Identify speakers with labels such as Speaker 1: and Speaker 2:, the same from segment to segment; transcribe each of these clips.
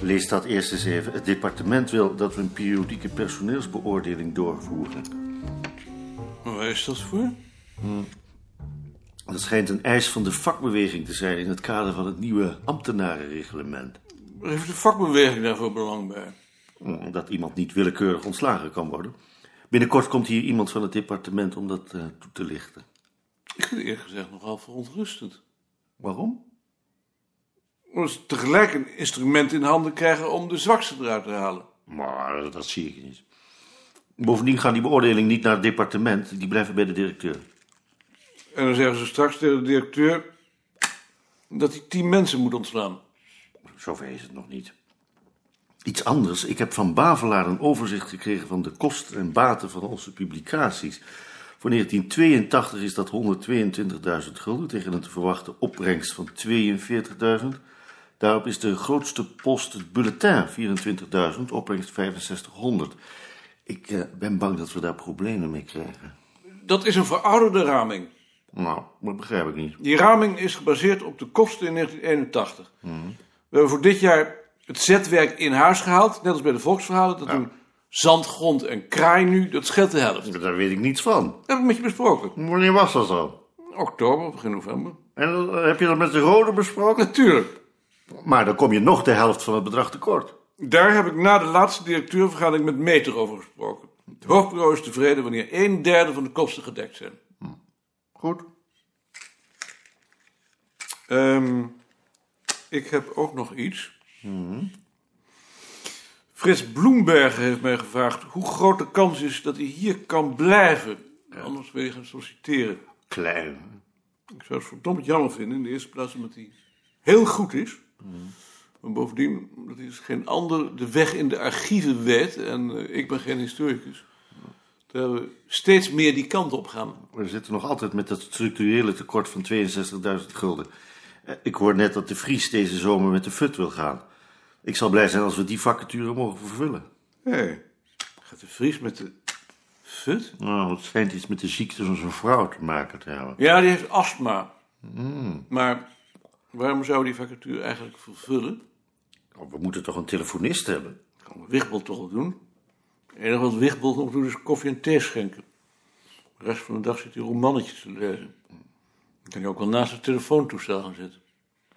Speaker 1: lees dat eerst eens even. Het departement wil dat we een periodieke personeelsbeoordeling doorvoeren.
Speaker 2: Waar is dat voor?
Speaker 1: Dat schijnt een eis van de vakbeweging te zijn in het kader van het nieuwe ambtenarenreglement.
Speaker 2: Waar heeft de vakbeweging daarvoor belang bij?
Speaker 1: Omdat iemand niet willekeurig ontslagen kan worden. Binnenkort komt hier iemand van het departement om dat eh, toe te lichten.
Speaker 2: Ik vind het eerlijk gezegd nogal verontrustend.
Speaker 1: Waarom?
Speaker 2: Omdat ze tegelijk een instrument in handen krijgen om de zwakste eruit te halen.
Speaker 1: Maar dat, dat zie ik niet. Bovendien gaan die beoordelingen niet naar het departement, die blijven bij de directeur.
Speaker 2: En dan zeggen ze straks tegen de directeur dat hij tien mensen moet ontslaan.
Speaker 1: Zover is het nog niet. Iets anders. Ik heb van Bavelaar een overzicht gekregen van de kosten en baten van onze publicaties. Voor 1982 is dat 122.000 gulden tegen een te verwachte opbrengst van 42.000. Daarop is de grootste post het bulletin, 24.000, opbrengst 6500. Ik eh, ben bang dat we daar problemen mee krijgen.
Speaker 2: Dat is een verouderde raming.
Speaker 1: Nou, dat begrijp ik niet.
Speaker 2: Die raming is gebaseerd op de kosten in 1981. We hebben voor dit jaar het zetwerk in huis gehaald, net als bij de volksverhalen. Dat doen zand, grond en kraai nu, dat scheelt de helft.
Speaker 1: Daar weet ik niets van.
Speaker 2: Dat heb ik met je besproken.
Speaker 1: Wanneer was dat dan?
Speaker 2: Oktober, begin november.
Speaker 1: En eh, heb je dat met de rode besproken?
Speaker 2: Natuurlijk.
Speaker 1: Maar dan kom je nog de helft van het bedrag tekort.
Speaker 2: Daar heb ik na de laatste directeurvergadering met Meter over gesproken. Het hoofdbureau is tevreden wanneer een derde van de kosten gedekt zijn.
Speaker 1: Goed.
Speaker 2: Ehm, ik heb ook nog iets. Frits Bloembergen heeft mij gevraagd hoe groot de kans is dat hij hier kan blijven. Anders wil je gaan solliciteren.
Speaker 1: Klein.
Speaker 2: Ik zou het verdomd jammer vinden in de eerste plaats omdat hij heel goed is. Maar bovendien omdat hij als geen ander de weg in de archieven weet. En eh, ik ben geen historicus. Dat we steeds meer die kant op gaan.
Speaker 1: We zitten nog altijd met dat structurele tekort van 62.000 gulden. Eh, Ik hoor net dat de Vries deze zomer met de FUT wil gaan. Ik zal blij zijn als we die vacature mogen vervullen.
Speaker 2: Hey. Gaat de Vries met de fut?
Speaker 1: Nou, het schijnt iets met de ziekte van zijn vrouw te maken te hebben.
Speaker 2: Ja, die heeft astma. Maar waarom zou die vacature eigenlijk vervullen?
Speaker 1: Oh, We moeten toch een telefonist hebben?
Speaker 2: Kan Wichtbold toch wel doen? Het enige wat Wichtbold nog doet is koffie en thee schenken. De rest van de dag zit hij romannetjes te lezen. Dan kan hij ook wel naast het telefoontoestel gaan zitten.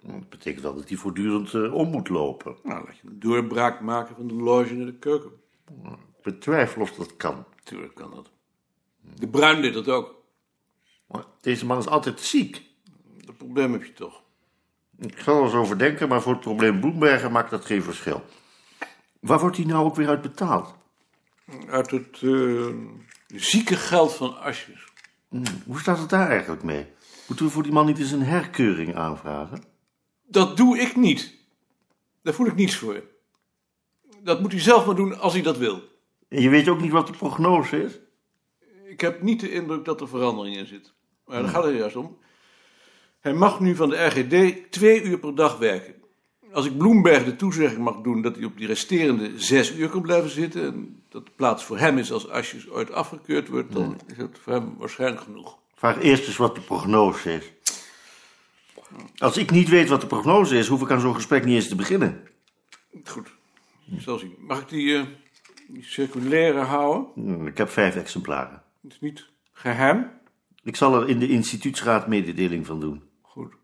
Speaker 1: Dat betekent wel dat hij voortdurend eh, om moet lopen.
Speaker 2: Nou, laat je een doorbraak maken van de loge naar de keuken.
Speaker 1: Ik betwijfel of dat kan.
Speaker 2: Tuurlijk kan dat. De Bruin deed dat ook.
Speaker 1: Maar Deze man is altijd ziek.
Speaker 2: Dat probleem heb je toch.
Speaker 1: Ik zal er eens over denken, maar voor het probleem Bloembergen maakt dat geen verschil. Waar wordt hij nou ook weer uit betaald?
Speaker 2: Uit het eh, zieke geld van Asjes.
Speaker 1: Hoe staat het daar eigenlijk mee? Moeten we voor die man niet eens een herkeuring aanvragen?
Speaker 2: Dat doe ik niet. Daar voel ik niets voor. Dat moet hij zelf maar doen als hij dat wil.
Speaker 1: En je weet ook niet wat de prognose is?
Speaker 2: Ik heb niet de indruk dat er verandering in zit. Maar daar gaat het juist om. Hij mag nu van de RGD twee uur per dag werken. Als ik Bloemberg de toezegging mag doen dat hij op die resterende zes uur kan blijven zitten... en dat de plaats voor hem is als Asjes ooit afgekeurd wordt... dan is dat voor hem waarschijnlijk genoeg.
Speaker 1: Vraag eerst eens wat de prognose is. Als ik niet weet wat de prognose is, hoef ik aan zo'n gesprek niet eens te beginnen.
Speaker 2: Goed, ik zal zien. Mag ik die, eh, die circulaire houden?
Speaker 1: Hm, Ik heb vijf exemplaren.
Speaker 2: Het is niet geheim.
Speaker 1: Ik zal er in de instituutsraad mededeling van doen.
Speaker 2: Goed.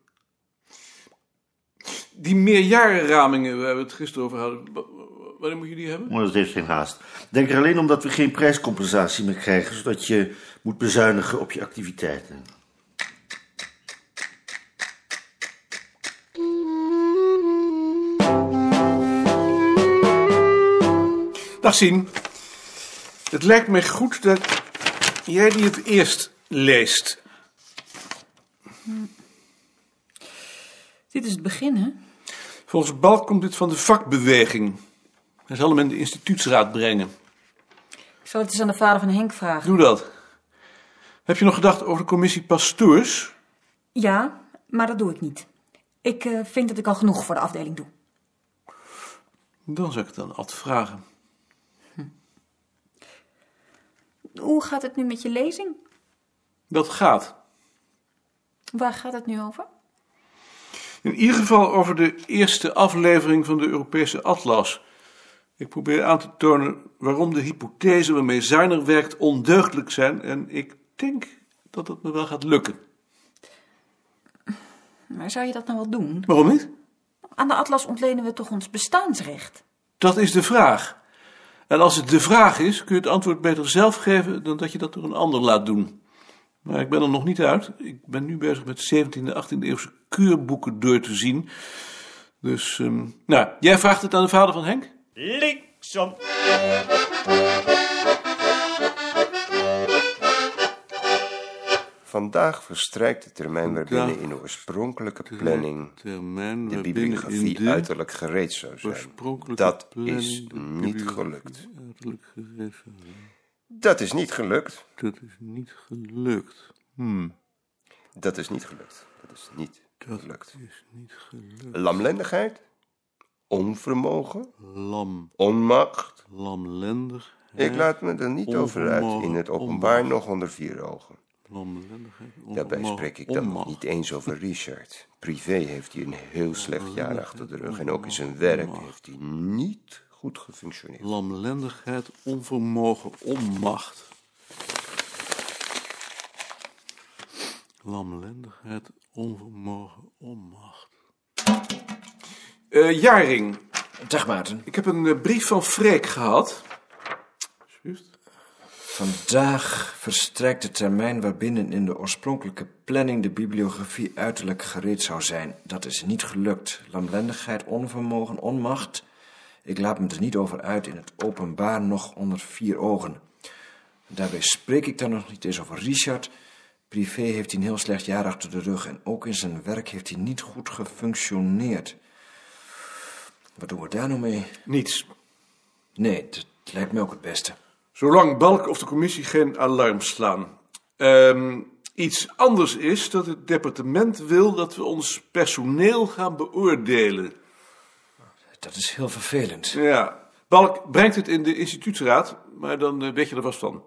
Speaker 2: Die meerjarenramingen, we hebben het gisteren over hadden. Wa- wa- Wanneer moet je die hebben?
Speaker 1: Maar dat heeft geen haast. Denk er alleen om dat we geen prijscompensatie meer krijgen, zodat je moet bezuinigen op je activiteiten.
Speaker 2: Dag zien. Het lijkt mij goed dat jij die het eerst leest.
Speaker 3: Dit is het begin, hè?
Speaker 2: Volgens Balk komt dit van de vakbeweging. Hij zal hem in de instituutsraad brengen.
Speaker 3: Ik zal het eens aan de vader van Henk vragen.
Speaker 2: Doe dat. Heb je nog gedacht over de commissie pastoors?
Speaker 3: Ja, maar dat doe ik niet. Ik eh, vind dat ik al genoeg voor de afdeling doe.
Speaker 2: Dan zou ik het aan Ad vragen.
Speaker 3: Hoe gaat het nu met je lezing?
Speaker 2: Dat gaat.
Speaker 3: Waar gaat het nu over?
Speaker 2: Ja, In ieder geval over de eerste aflevering van de Europese Atlas. Ik probeer aan te tonen waarom de hypothesen waarmee Zuiner werkt ondeugdelijk zijn. En ik denk dat het me wel gaat lukken.
Speaker 3: Maar zou je dat nou wel doen?
Speaker 2: Waarom niet?
Speaker 3: Aan de atlas ontlenen we toch ons bestaansrecht?
Speaker 2: Dat is de vraag. En als het de vraag is, kun je het antwoord beter zelf geven dan dat je dat door een ander laat doen. Maar ik ben er nog niet uit. Ik ben nu bezig met 17e, 18e eeuwse keurboeken door te zien. Dus, ehm, nou, jij vraagt het aan de vader van Henk?
Speaker 4: Linksom.
Speaker 5: Vandaag verstrijkt de termijn waarbinnen
Speaker 2: Vandaag
Speaker 5: in de oorspronkelijke planning
Speaker 2: Termijn
Speaker 5: de
Speaker 2: waarbinnen
Speaker 5: bibliografie
Speaker 2: in de
Speaker 5: uiterlijk gereed zou zijn.
Speaker 2: oorspronkelijke
Speaker 5: Dat
Speaker 2: planning
Speaker 5: is
Speaker 2: de
Speaker 5: niet
Speaker 2: bibliografie
Speaker 5: gelukt.
Speaker 2: uiterlijk gegeven.
Speaker 5: Dat is niet gelukt.
Speaker 2: Dat is niet gelukt.
Speaker 5: Dat is niet gelukt. Dat is niet gelukt.
Speaker 2: Is niet gelukt.
Speaker 5: Lamlendigheid, onvermogen,
Speaker 2: Lam,
Speaker 5: onmacht.
Speaker 2: lamlendig.
Speaker 5: Ik laat me er niet over uit in
Speaker 2: Onvermogen,
Speaker 5: het openbaar
Speaker 2: onmacht.
Speaker 5: nog onder vier ogen.
Speaker 2: Lamlendigheid.
Speaker 5: Daarbij
Speaker 2: onmacht,
Speaker 5: spreek ik dan nog
Speaker 2: onmacht.
Speaker 5: niet eens over Richard. Privé heeft hij een heel slecht jaar achter de rug en ook in zijn werk heeft hij niet goed gefunctioneerd.
Speaker 2: Lamlendigheid, onvermogen, onmacht. Lamlendigheid, onvermogen, onmacht. Eh, Jaring,
Speaker 4: Dag Maarten.
Speaker 2: ik heb een eh, brief van Freek gehad. Alsjeblieft.
Speaker 4: Vandaag verstrijkt de termijn waarbinnen in de oorspronkelijke planning de bibliografie uiterlijk gereed zou zijn. Dat is niet gelukt. Lamlendigheid, onvermogen, onmacht. Ik laat me er niet over uit in het openbaar nog onder vier ogen. Daarbij spreek ik dan nog niet eens over Richard. Privé heeft hij een heel slecht jaar achter de rug en ook in zijn werk heeft hij niet goed gefunctioneerd. Wat doen we daar nou mee?
Speaker 2: Niets.
Speaker 4: Nee, dat lijkt me ook het beste.
Speaker 2: Zolang Balk of de commissie geen alarm slaan. Ehm, iets anders is dat het departement wil dat we ons personeel gaan beoordelen.
Speaker 4: Dat is heel vervelend.
Speaker 2: Ja, Balk brengt het in de instituutsraad, maar dan eh, weet je er vast van.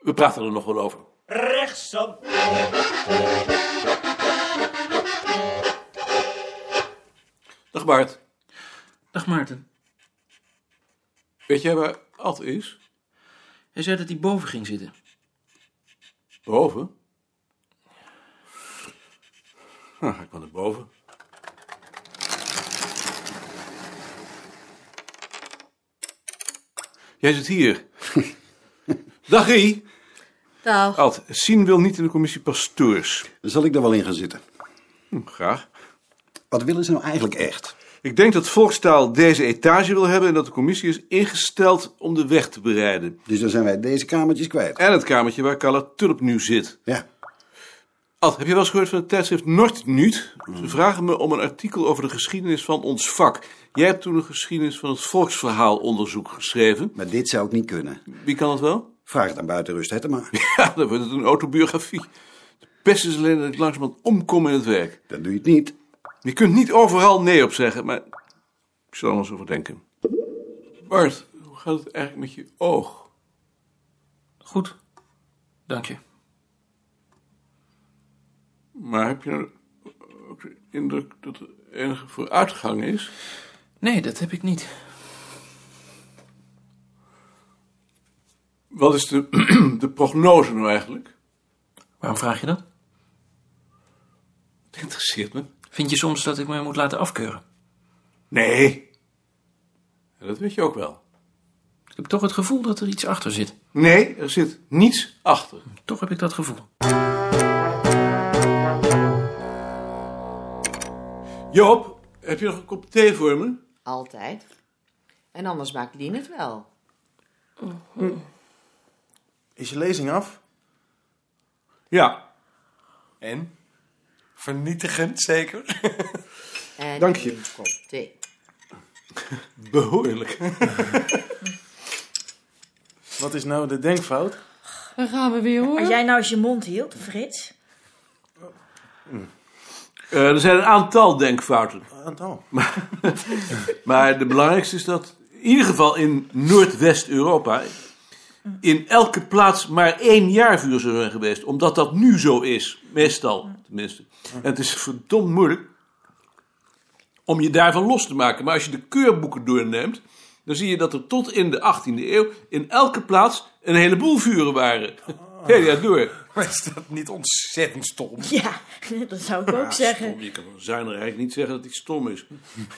Speaker 2: We praten er nog wel over.
Speaker 6: Rechtsom.
Speaker 2: Dag Bart,
Speaker 7: Dag Maarten.
Speaker 2: weet jij waar Ad is?
Speaker 7: Hij zei dat hij boven ging zitten.
Speaker 2: Boven? Nou, ga ik maar naar boven. Jij zit hier. Dag Rie.
Speaker 8: Dag.
Speaker 2: Ad, Sien wil niet in de commissie pastoors.
Speaker 9: Zal ik daar wel in gaan zitten?
Speaker 2: Hm, graag.
Speaker 9: Wat willen ze nou eigenlijk echt?
Speaker 2: Ik denk dat Volkstaal deze etage wil hebben en dat de commissie is ingesteld om de weg te bereiden.
Speaker 9: Dus dan zijn wij deze kamertjes kwijt.
Speaker 2: En het kamertje waar Carla Tulp nu zit.
Speaker 9: Ja.
Speaker 2: Ad, heb je wel eens gehoord van het tijdschrift Noordnuut? Ze vragen me om een artikel over de geschiedenis van ons vak. Jij hebt toen een geschiedenis van het volksverhaalonderzoek geschreven.
Speaker 9: Maar dit zou ik niet kunnen.
Speaker 2: Wie kan dat wel?
Speaker 9: Vraag het aan buitenrust, hè, maar.
Speaker 2: Ja, dan wordt het een autobiografie. De pest is alleen dat ik langzamerhand omkom in het werk.
Speaker 9: Dan doe je het niet.
Speaker 2: Je kunt niet overal nee op zeggen, maar ik zal er eens over denken. Bart, hoe gaat het eigenlijk met je oog?
Speaker 7: Goed. Dank je.
Speaker 2: Maar heb je nou ook de indruk dat er enige vooruitgang is?
Speaker 7: Nee, dat heb ik niet.
Speaker 2: Wat is de, de prognose nou eigenlijk?
Speaker 7: Waarom vraag je dat?
Speaker 2: Het interesseert me.
Speaker 7: Vind je soms dat ik me moet laten afkeuren?
Speaker 2: Nee. Dat weet je ook wel.
Speaker 7: Ik heb toch het gevoel dat er iets achter zit.
Speaker 2: Nee, er zit niets achter.
Speaker 7: Toch heb ik dat gevoel.
Speaker 2: Joop, heb je nog een kop thee voor me?
Speaker 8: Altijd. En anders maakt Lien het wel.
Speaker 10: Is je lezing af?
Speaker 2: Ja.
Speaker 10: En? Vernietigend, zeker?
Speaker 8: En
Speaker 10: Dank je.
Speaker 8: Een kop thee.
Speaker 2: Behoorlijk.
Speaker 10: Wat is nou de denkfout?
Speaker 8: Dan gaan we weer hoor.
Speaker 11: Als jij nou eens je mond hield, Frits.
Speaker 2: Eh, er zijn een aantal denkfouten.
Speaker 10: Aantal.
Speaker 2: Maar de belangrijkste is dat, in ieder geval in Noordwest-Europa, in elke plaats maar één jaarvuur zou zijn geweest. Omdat dat nu zo is. Meestal, tenminste. En het is verdomd moeilijk om je daarvan los te maken. Maar als je de keurboeken doorneemt, dan zie je dat er tot in de 18e eeuw in elke plaats een heleboel vuren waren. Heel ja, door.
Speaker 6: Maar is dat niet ontzettend stom?
Speaker 11: Ja, dat zou ik ook
Speaker 2: Ah,
Speaker 11: zeggen.
Speaker 2: stom. Je kan van Zuiner eigenlijk niet zeggen dat hij stom is.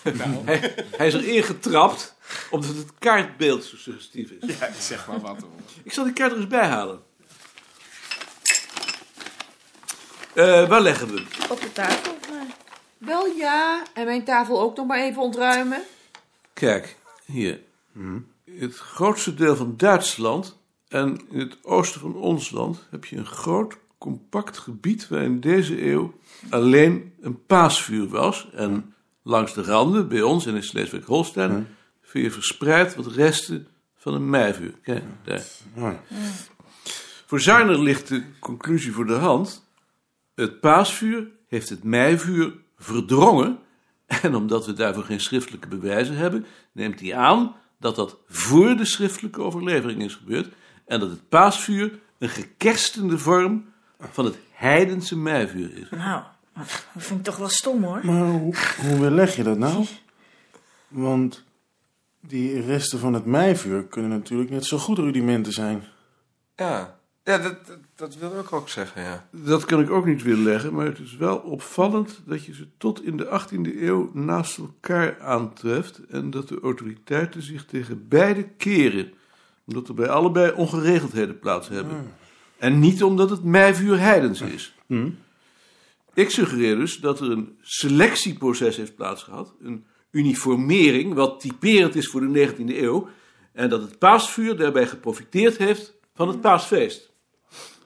Speaker 6: Nou.
Speaker 2: hij, hij is erin getrapt omdat het kaartbeeld zo suggestief is.
Speaker 6: Ja, zeg maar wat. hoor.
Speaker 2: Ik zal die kaart er eens bij halen. Eh, waar leggen we hem?
Speaker 11: Op de tafel. Maar...
Speaker 8: Wel ja, en mijn tafel ook nog maar even ontruimen.
Speaker 2: Kijk, hier. Het grootste deel van Duitsland en in het oosten van ons land heb je een groot, compact gebied waar in deze eeuw alleen een paasvuur was. En langs de randen, bij ons en in Sleeswijk-Holstein, vind je verspreid wat resten van een meivuur. Kijk, daar. Voor Zuiner ligt de conclusie voor de hand. Het paasvuur heeft het meivuur verdrongen. En omdat we daarvoor geen schriftelijke bewijzen hebben, neemt hij aan dat dat voor de schriftelijke overlevering is gebeurd. En dat het paasvuur een gekerstende vorm van het heidense meivuur is.
Speaker 11: Nou, dat vind ik toch wel stom hoor.
Speaker 10: Maar hoe, hoe beleg je dat nou? Want die resten van het meivuur kunnen natuurlijk net zo goed rudimenten zijn.
Speaker 6: Ja, ja dat, dat, dat wil ik ook zeggen, ja.
Speaker 2: Dat kan ik ook niet weerleggen, maar het is wel opvallend dat je ze tot in de 18e eeuw naast elkaar aantreft en dat de autoriteiten zich tegen beide keren, omdat er bij allebei ongeregeldheden plaats hebben.
Speaker 10: Hmm.
Speaker 2: En niet omdat het meivuur heidens is. Ik suggereer dus dat er een selectieproces heeft plaatsgehad, een uniformering, wat typerend is voor de 19e eeuw, en dat het paasvuur daarbij geprofiteerd heeft van het paasfeest.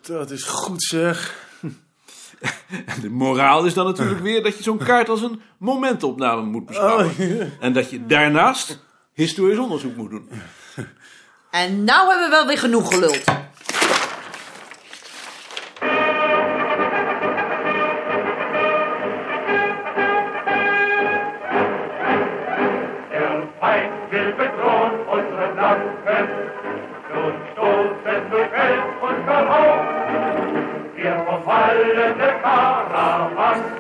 Speaker 10: Dat is goed zeg.
Speaker 2: En de moraal is dan natuurlijk weer dat je zo'n kaart als een momentopname moet beschouwen.
Speaker 10: Oh, ja.
Speaker 2: En dat je daarnaast historisch onderzoek moet doen.
Speaker 8: En nou hebben we wel weer genoeg geluld.
Speaker 12: Der Feind will bedrohen unsere Flanken. Nun stoßen durch Geld und Verlauf. Wir verfallene Karawanken.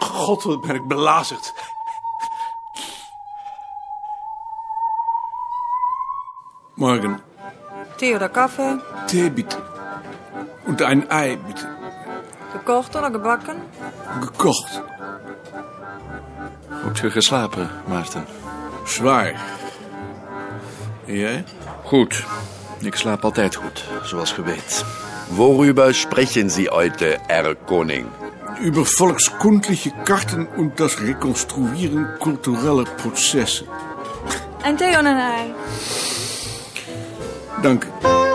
Speaker 2: God, wat ben ik belazerd. Morgen.
Speaker 13: Theodor Kaffee,
Speaker 2: Thee bitte. Und ein Ei bitte.
Speaker 13: gekocht oder gebakken?
Speaker 2: Gekocht.
Speaker 14: Goed weer geslapen, Maarten.
Speaker 2: Zwaar. En jij?
Speaker 14: Goed. Ik slaap altijd goed, zoals ge weet. Worüber sprechen Sie heute, Herr Koning?
Speaker 2: Über volkskundliche Karten und das Rekonstruieren kultureller Prozesse.
Speaker 13: Een thee en een ei.
Speaker 2: Dank u.